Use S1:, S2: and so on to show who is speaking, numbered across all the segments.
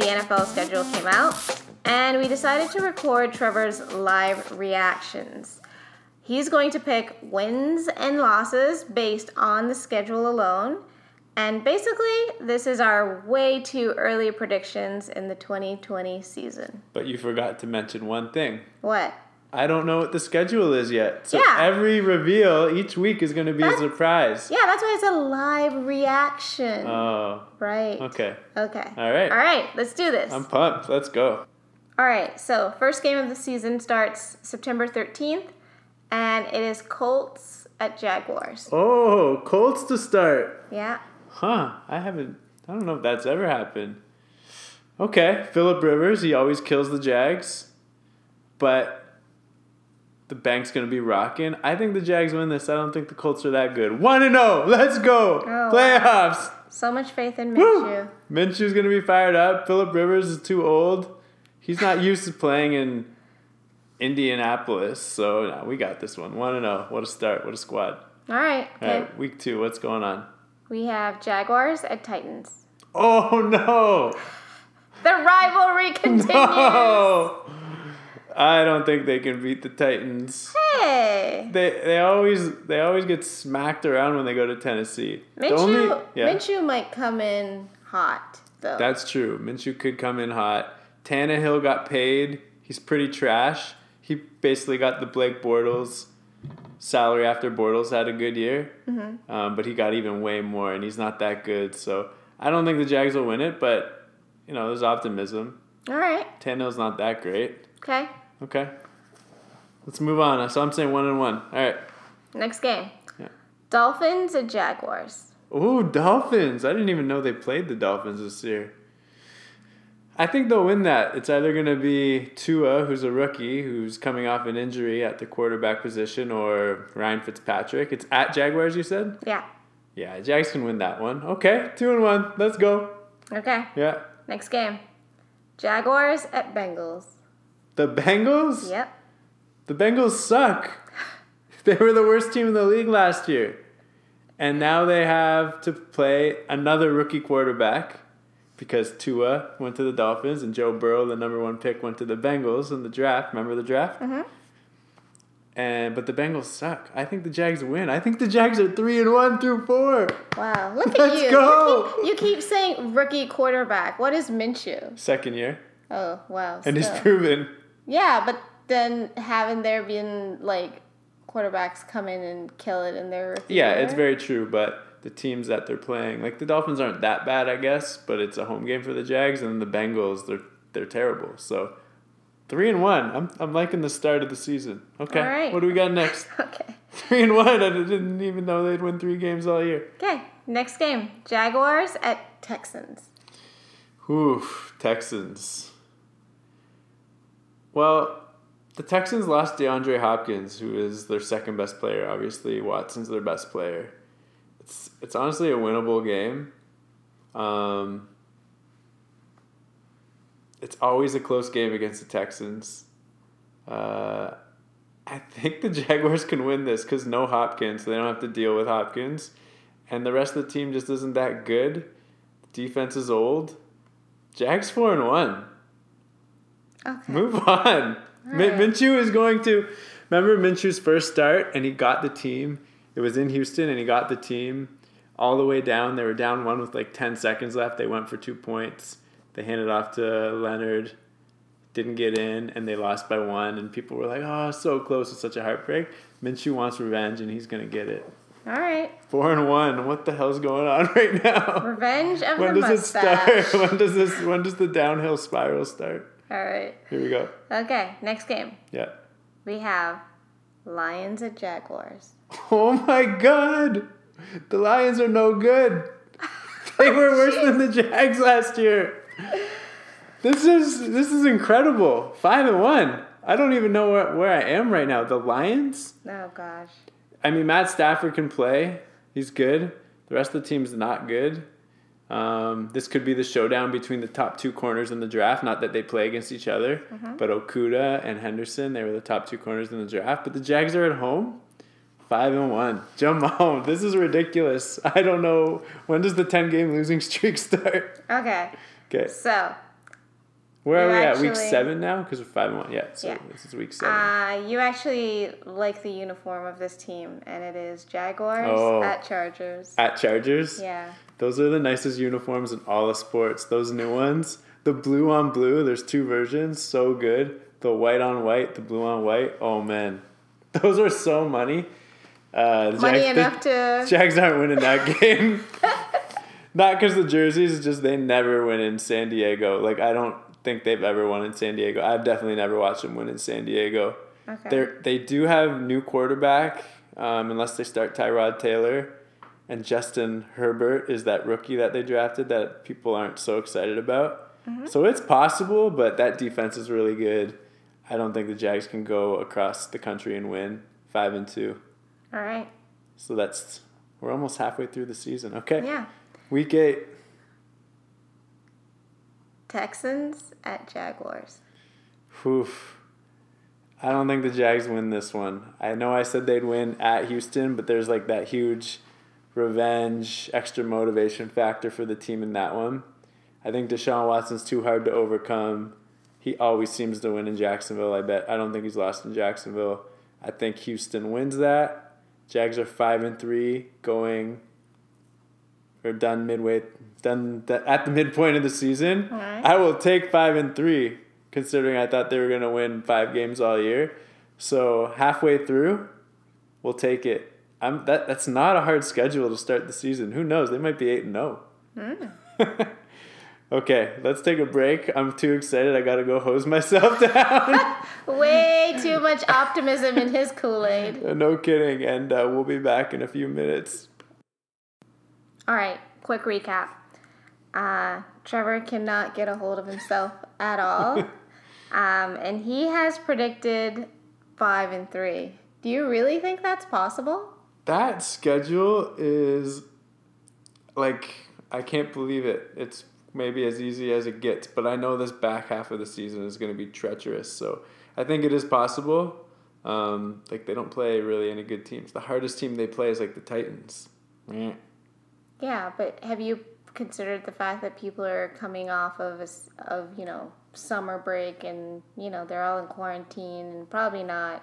S1: schedule came out, and we decided to record Trevor's live reactions. He's going to pick wins and losses based on the schedule alone. And basically, this is our way too early predictions in the 2020 season.
S2: But you forgot to mention one thing.
S1: What?
S2: I don't know what the schedule is yet. So
S1: Yeah.
S2: every reveal each week is going to be a
S1: That's-
S2: surprise.
S1: Yeah, that's why it's a live reaction.
S2: Oh,
S1: right.
S2: okay.
S1: Okay.
S2: All right.
S1: All right, let's do this.
S2: I'm pumped. Let's go.
S1: All right, so first game of the season starts September 13th, and it is Colts at Jaguars.
S2: Oh, Colts to start.
S1: Yeah.
S2: Huh. I haven't, I don't know if that's ever happened. Okay. Philip Rivers, he always kills the Jags. But the bank's going to be rocking. I think the Jags win this. I don't think the Colts are that good. 1 and 0. Let's go.
S1: Oh, wow.
S2: Playoffs.
S1: So much faith in
S2: Woo!
S1: Minshew.
S2: Minshew's gonna be fired up. Philip Rivers is too old. He's not used to playing in Indianapolis, so nah, we got this one. One and zero. What a start. What a squad.
S1: All right.
S2: All
S1: Okay.
S2: right, week two. What's going on?
S1: We have Jaguars at Titans.
S2: Oh no!
S1: The rivalry continues.
S2: No! I don't think they can beat the Titans.
S1: Hey.
S2: They they always they always get smacked around when they go to Tennessee. The
S1: Minshew,
S2: only- yeah.
S1: Minshew might come in hot, though.
S2: That's true. Minshew could come in hot. Tannehill got paid. He's pretty trash. He basically got the Blake Bortles salary after Bortles had a good year, um, but he got even way more, and he's not that good. So I don't think the Jags will win it, but you know, there's optimism.
S1: All right.
S2: Tannehill's not that great.
S1: Okay.
S2: Okay, let's move on. So I'm saying one and one. All right.
S1: Next game.
S2: Yeah.
S1: Dolphins at Jaguars.
S2: Ooh, Dolphins. I didn't even know they played the Dolphins this year. I think they'll win that. It's either going to be Tua, who's a rookie, who's coming off an injury at the quarterback position, or Ryan Fitzpatrick. It's at Jaguars, you said?
S1: Yeah.
S2: Yeah, Jags can win that one. Okay, two and one. Let's go.
S1: Okay.
S2: Yeah.
S1: Next game. Jaguars at Bengals.
S2: The Bengals?
S1: Yep.
S2: The Bengals suck. They were the worst team in the league last year. And now they have to play another rookie quarterback because Tua went to the Dolphins and Joe Burrow, the number one pick, went to the Bengals in the draft. Remember the draft?
S1: Mhm.
S2: And but the Bengals suck. I think the Jags win. I think the Jags are three and one through four.
S1: Wow, look at
S2: Let's
S1: you.
S2: go.
S1: You keep, you keep saying rookie quarterback. What is Minshew?
S2: Second year.
S1: Oh, wow.
S2: And he's
S1: still.
S2: proven.
S1: yeah, but then haven't there been like quarterbacks come in and kill it in their rookie
S2: Yeah,
S1: year?
S2: it's very true, but the teams that they're playing, like the Dolphins aren't that bad, I guess, but it's a home game for the Jags and the Bengals, they're they're terrible. So three and one. I'm I'm liking the start of the season. Okay.
S1: All right.
S2: What do we got next?
S1: okay.
S2: three and one. I didn't even know they'd win three games all year.
S1: Okay. Next game: Jaguars at Texans.
S2: Oof, Texans. Well, the Texans lost DeAndre Hopkins, who is their second best player. Obviously, Watson's their best player. It's it's honestly a winnable game. Um, it's always a close game against the Texans. Uh, I think the Jaguars can win this because no Hopkins, so they don't have to deal with Hopkins, and the rest of the team just isn't that good. Defense is old. Jags four and one.
S1: Okay.
S2: Move on. Min-
S1: right.
S2: Minshew is going to. Remember Minshew's first start, and he got the team. It was in Houston, and he got the team all the way down. They were down one with like ten seconds left. They went for two points. They handed off to Leonard. Didn't get in, and they lost by one. And people were like, "Oh, so close! It's such a heartbreak." Minshew wants revenge, and he's gonna get it.
S1: All right.
S2: Four and one. What the hell's going on right now?
S1: Revenge of
S2: When
S1: the
S2: does it
S1: mustache.
S2: start? When does this? When does the downhill spiral start?
S1: All right.
S2: Here we go.
S1: Okay. Next game:
S2: Yeah.
S1: we have Lions at Jaguars.
S2: Oh my god! The Lions are no good. They were worse than the Jags last year. This is this is incredible. Five and one. I don't even know where, where I am right now. The Lions?
S1: Oh gosh.
S2: I mean Matt Stafford can play. He's good. The rest of the team's not good. Um, this could be the showdown between the top two corners in the draft. Not that they play against each other,
S1: Mm-hmm.
S2: but Okuda and Henderson, they were the top two corners in the draft. But the Jags are at home, five and one. Jamal, this is ridiculous. I don't know when does the ten game losing streak start.
S1: Okay.
S2: Okay,
S1: So,
S2: Where
S1: You
S2: are we at? Week
S1: actually-
S2: seven now because we're five and one. Yeah, so
S1: Yeah.
S2: this is week seven.
S1: Uh, you actually like the uniform of this team, and it is Jaguars
S2: Oh.
S1: at Chargers.
S2: at Chargers.
S1: Yeah.
S2: Those are the nicest uniforms in all of sports. Those new ones, the blue on blue. There's two versions. So good. The white on white, the blue on white. Oh man, those are so money. Uh, the
S1: Money
S2: Jags- the
S1: enough to.
S2: Jags aren't winning that game. Not because the jerseys, it's just they never win in San Diego. Like I don't think they've ever won in San Diego. I've definitely never watched them win in San Diego.
S1: Okay.
S2: They they do have new quarterback, um, unless they start Tyrod Taylor, and Justin Herbert is that rookie that they drafted that people aren't so excited about. So it's possible, but that defense is really good. I don't think the Jags can go across the country and win five and two.
S1: All right.
S2: So that's we're almost halfway through the season. Okay,
S1: Yeah.
S2: week eight.
S1: Texans at Jaguars.
S2: Oof. I don't think the Jags win this one. I know I said they'd win at Houston, but there's like that huge revenge, extra motivation factor for the team in that one. I think Deshaun Watson's too hard to overcome. He always seems to win in Jacksonville, I bet. I don't think he's lost in Jacksonville. I think Houston wins that. Jags are 5 and 3 going or done midway done th- at the midpoint of the season.
S1: Alright.
S2: I will take 5 and 3 considering I thought they were going to win 5 games all year. So, halfway through, we'll take it. I'm that that's not a hard schedule to start the season. Who knows? They might be 8 and oh. 0. Okay, let's take a break. I'm too excited. I gotta go hose myself down.
S1: Way too much optimism in his Kool Aid.
S2: no kidding. And uh, we'll be back in a few minutes.
S1: All right, quick recap. Uh, Trevor cannot get a hold of himself at all, um, and he has predicted five and three. Do you really think that's possible?
S2: That schedule is like, I can't believe it. It's maybe as easy as it gets, but I know this back half of the season is gonna be treacherous. So I think it is possible. Um, like, they don't play really any good teams. The hardest team they play is like the Titans. Meh.
S1: Yeah, but have you considered the fact that people are coming off of a s of you know summer break and you know they're all in quarantine and probably not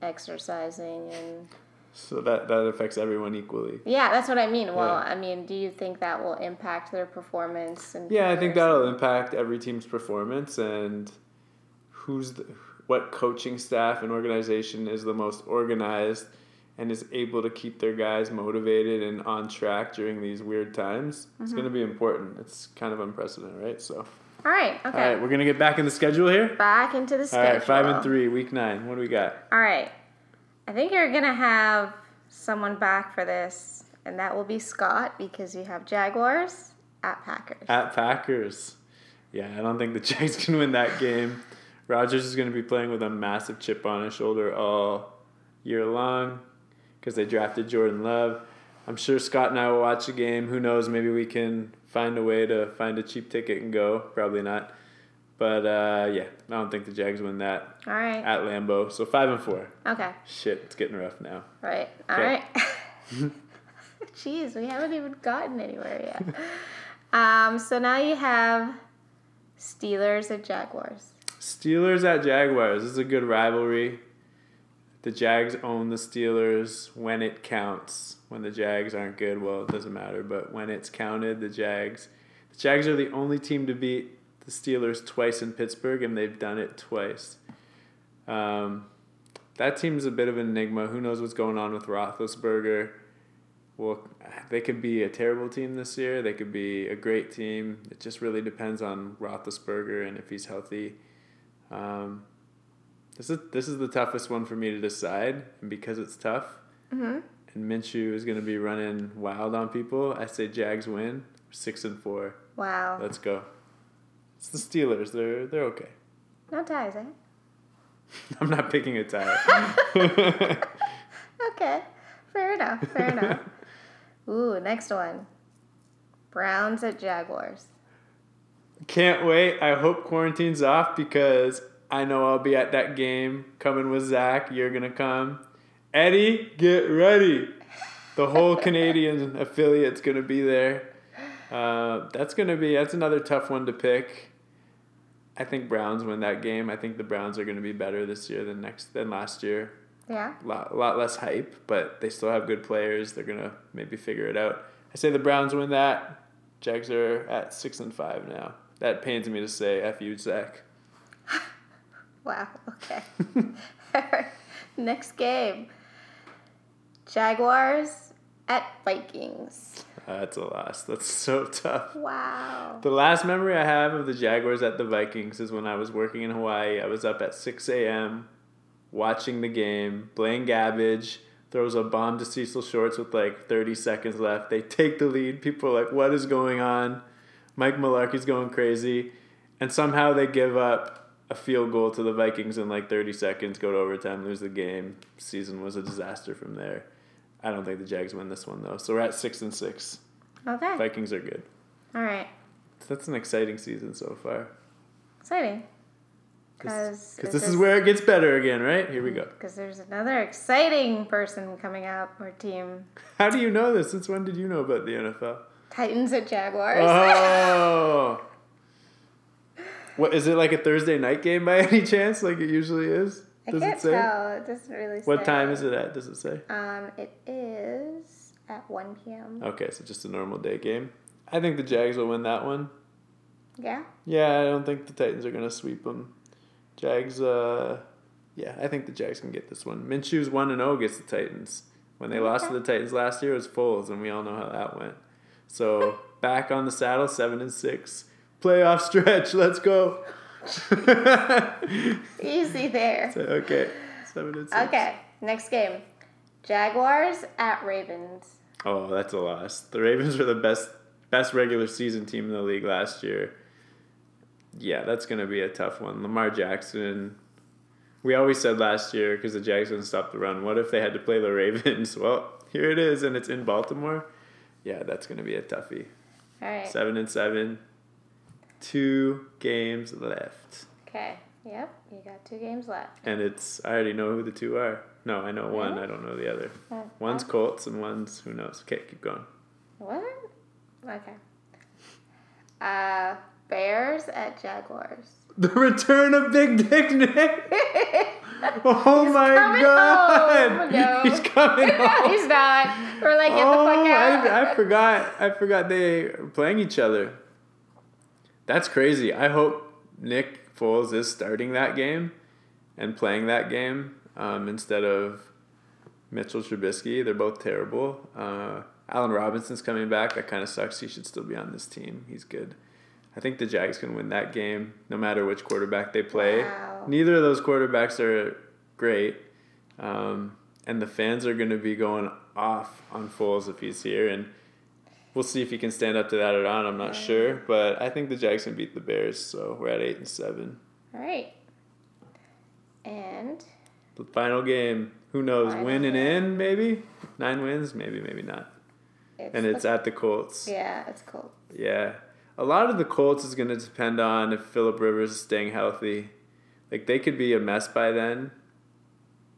S1: exercising and
S2: So that, that affects everyone equally.
S1: yeah, that's what I mean. Well,
S2: Yeah.
S1: I mean, do you think that will impact their performance? And
S2: Yeah, I think
S1: comparison?
S2: that'll impact every team's performance and who's the, what coaching staff and organization is the most organized and is able to keep their guys motivated and on track during these weird times. It's going to be important. It's kind of unprecedented, right? So,
S1: All right. Okay.
S2: all right, we're going to get back in the schedule here.
S1: back into the
S2: All
S1: schedule.
S2: right, 5 and 3, week 9. What do we got?
S1: All right. I think you're going to have someone back for this, and that will be Scott because you have Jaguars at Packers.
S2: At Packers. Yeah, I don't think the Jags can win that game. Rodgers is going to be playing with a massive chip on his shoulder all year long because they drafted Jordan Love. I'm sure Scott and I will watch the game. Who knows? Maybe we can find a way to find a cheap ticket and go. Probably not. But uh, yeah, I don't think the Jags win that
S1: All right.
S2: at Lambeau. So five and four.
S1: Okay.
S2: Shit, it's getting rough now.
S1: Right. All
S2: Okay.
S1: right. Jeez, we haven't even gotten anywhere yet. um, so now you have Steelers at Jaguars.
S2: Steelers at Jaguars. This is a good rivalry. The Jags own the Steelers when it counts. When the Jags aren't good, well, it doesn't matter. But when it's counted, the Jags, the Jags are the only team to beat the Steelers twice in Pittsburgh, and they've done it twice. Um, that team's a bit of an enigma. Who knows what's going on with Roethlisberger? Well, they could be a terrible team this year. They could be a great team. It just really depends on Roethlisberger and if he's healthy. Um, this is this is the toughest one for me to decide, and because it's tough,
S1: Mm-hmm.
S2: and Minshew is going to be running wild on people, I say Jags win six and four.
S1: Wow.
S2: Let's go. It's the Steelers. They're they're okay.
S1: no ties, eh?
S2: I'm not picking a tie.
S1: Okay. Fair enough. Fair enough. Ooh, next one. Browns at Jaguars.
S2: Can't wait. I hope quarantine's off because I know I'll be at that game coming with Zach. You're going to come. Eddie, get ready. The whole Canadian affiliate's going to be there. Uh, that's going to be, that's another tough one to pick. I think Browns win that game. I think the Browns are going to be better this year than next than last year.
S1: Yeah.
S2: A lot, lot less hype, but they still have good players. They're going to maybe figure it out. I say the Browns win that. Jags are at six and five now. That pains me to say. F you, Zach.
S1: Wow. Okay. Next game. Jaguars at Vikings.
S2: Uh, That's a loss. That's so tough.
S1: Wow.
S2: The last memory I have of the Jaguars at the Vikings is when I was working in Hawaii. I was up at 6 a.m. watching the game. Blaine Gabbage throws a bomb to Cecil Shorts with like 30 seconds left. They take the lead. People are like, what is going on? Mike Malarkey's going crazy. And somehow they give up a field goal to the Vikings in like 30 seconds, go to overtime, lose the game. Season was a disaster from there. I don't think the Jags win this one though. So we're at six and six.
S1: Okay.
S2: Vikings are good.
S1: All right.
S2: That's an exciting season so far.
S1: Exciting.
S2: Because
S1: 'Cause
S2: this
S1: this
S2: is
S1: is-
S2: where it gets better again, right? Here we go.
S1: Because there's another exciting person coming out or team.
S2: How do you know this? Since when did you know about the NFL?
S1: Titans at Jaguars.
S2: Oh. What is it like a Thursday night game by any chance? Like it usually is?
S1: I
S2: Does
S1: can't
S2: it say?
S1: tell. It doesn't really say.
S2: What time is it at? Does it say?
S1: Um, it is at 1 p.m.
S2: Okay, so just a normal day game. I think the Jags will win that one.
S1: Yeah?
S2: Yeah, I don't think the Titans are gonna sweep them. Jags, uh, yeah, I think the Jags can get this one. Minshew's one and zero against the Titans. When they lost to the Titans last year, it was Foles, and we all know how that went. So back on the saddle, seven and six, playoff stretch. Let's go.
S1: Easy there.
S2: okay, seven and six.
S1: Okay, next game. Jaguars at Ravens.
S2: Oh, that's a loss. The Ravens were the best best regular season team in the league last year. Yeah, that's going to be a tough one. Lamar Jackson. We always said last year because the Jacksons stopped the run. What if they had to play the Ravens? Well, here it is, and it's in Baltimore. Yeah, that's going to be a toughie.
S1: All right.
S2: Seven and seven, two games left,
S1: Okay. Yep. You got two games left.
S2: and it's I already know who the two are. No, I know one. I don't know the other.
S1: Oh,
S2: One's Colts, and one's who knows. Okay, keep going.
S1: What? Okay. Uh, Bears at Jaguars.
S2: The return of Big Dick Nick. Oh my
S1: coming
S2: god.
S1: home. No.
S2: He's coming home.
S1: He's not. We're like, get
S2: oh,
S1: the fuck out.
S2: I, I forgot. I forgot they were playing each other. That's crazy. I hope Nick Foles is starting that game and playing that game um, instead of Mitchell Trubisky. They're both terrible. Uh, Allen Robinson's coming back. That kind of sucks. He should still be on this team. He's good. I think the Jags can win that game no matter which quarterback they play.
S1: Wow.
S2: Neither of those quarterbacks are great. Um, and the fans are going to be going off on Foles if he's here. And we'll see if he can stand up to that or not. I'm not sure. But I think the Jags can beat the Bears. So we're at 8 and 7.
S1: All right. And
S2: The final game. Who knows?
S1: Final
S2: win and in, maybe? Nine wins? Maybe, maybe not.
S1: it's
S2: And it's
S1: the-
S2: at the Colts.
S1: yeah, it's cold.
S2: Yeah. A lot of the Colts is going to depend on if Philip Rivers is staying healthy. Like they could be a mess by then.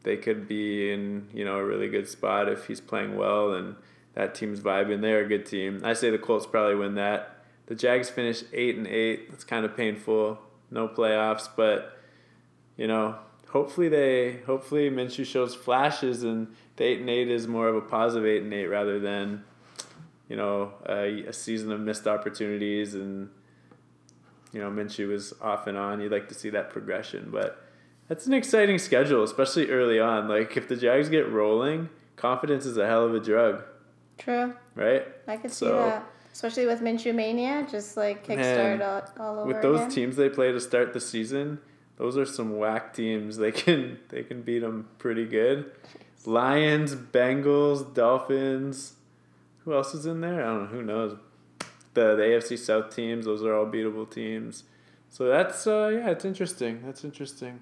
S2: They could be in, you know, a really good spot if he's playing well and that team's vibing. They're a good team. I say the Colts probably win that. The Jags finished 8 and 8. That's kind of painful. No playoffs, but you know, hopefully they hopefully Minshew shows flashes and the 8 and 8 is more of a positive 8 and 8 rather than you know, a, a season of missed opportunities and, you know, Minshew was off and on. You'd like to see that progression, but that's an exciting schedule, especially early on. Like, if the Jags get rolling, confidence is a hell of a drug,
S1: True.
S2: right?
S1: I could see
S2: So-
S1: that. Especially with Minshew Mania, just like kickstart
S2: Man,
S1: all, all over
S2: With those
S1: again.
S2: teams they play to start the season, those are some whack teams. They can they can beat them pretty good. Lions, Bengals, Dolphins. Who else is in there? I don't know. Who knows? The the AFC South teams. Those are all beatable teams. So that's uh, yeah, it's interesting. That's interesting.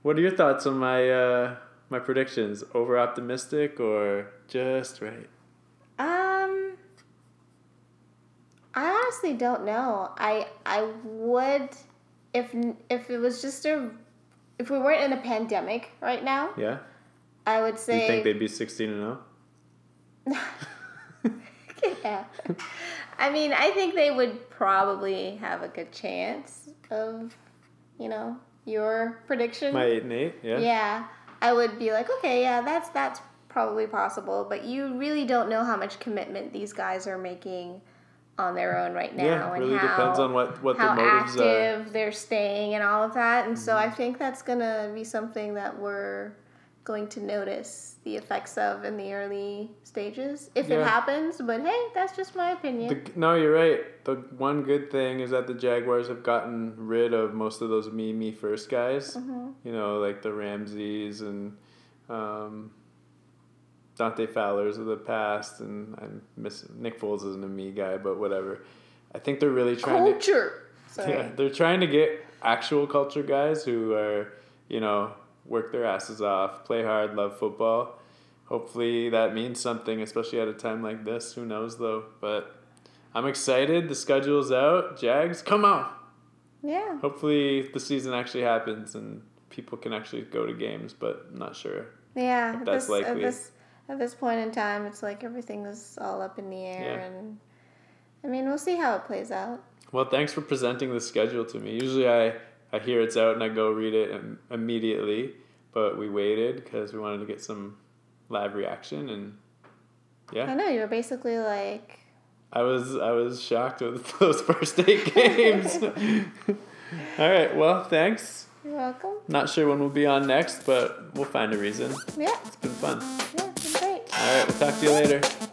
S2: What are your thoughts on my uh, my predictions? Over optimistic or just right?
S1: Um, I honestly don't know. I I would if if it was just a if we weren't in a pandemic right now,
S2: Yeah.
S1: I would
S2: Do
S1: say
S2: you think they'd be sixteen and oh? zero?
S1: yeah. I mean, I think they would probably have a good chance, of, you know, your prediction.
S2: My eight and eight. Yeah.
S1: yeah, I would be like, okay, yeah, that's that's probably possible, but you really don't know how much commitment these guys are making on their own right now,
S2: Yeah,
S1: and
S2: really
S1: how
S2: depends on what, what
S1: how
S2: their motives are. Mm-hmm.
S1: active they're staying and all of that. And so I think that's gonna be something that we're going to notice the effects of in the early stages if it
S2: Yeah.
S1: happens. But hey, that's just my opinion.
S2: The, no, you're right. The one good thing is that the Jaguars have gotten rid of most of those me, me first guys.
S1: Mm-hmm.
S2: You know, like the Ramses and um, Dante Fowler's of the past, and I'm miss Nick Foles isn't a me guy, but whatever. I think they're really trying to.
S1: Culture. Sorry.
S2: Yeah, they're trying to get actual culture guys who are, you know, work their asses off, play hard, love football. Hopefully that means something, especially at a time like this. Who knows though? But I'm excited. The schedule's out. Jags, come on.
S1: Yeah.
S2: Hopefully the season actually happens and people can actually go to games, but I'm not sure.
S1: Yeah.
S2: If
S1: At
S2: that's
S1: this, at
S2: likely.
S1: this at this point in time, it's like everything is all up in the air,
S2: Yeah.
S1: and I mean, we'll see how it plays out.
S2: Well, thanks for presenting the schedule to me. Usually I, I hear it's out and I go read it im- immediately, but we waited because we wanted to get some live reaction and
S1: I
S2: yeah,
S1: know you were basically like,
S2: I was I was shocked with those first eight games. All right, well, thanks.
S1: "You're welcome."
S2: Not sure when we'll be on next, but we'll find a reason. It's
S1: Yeah.
S2: been fun.
S1: Yeah. Great.
S2: All right, we'll talk to you later.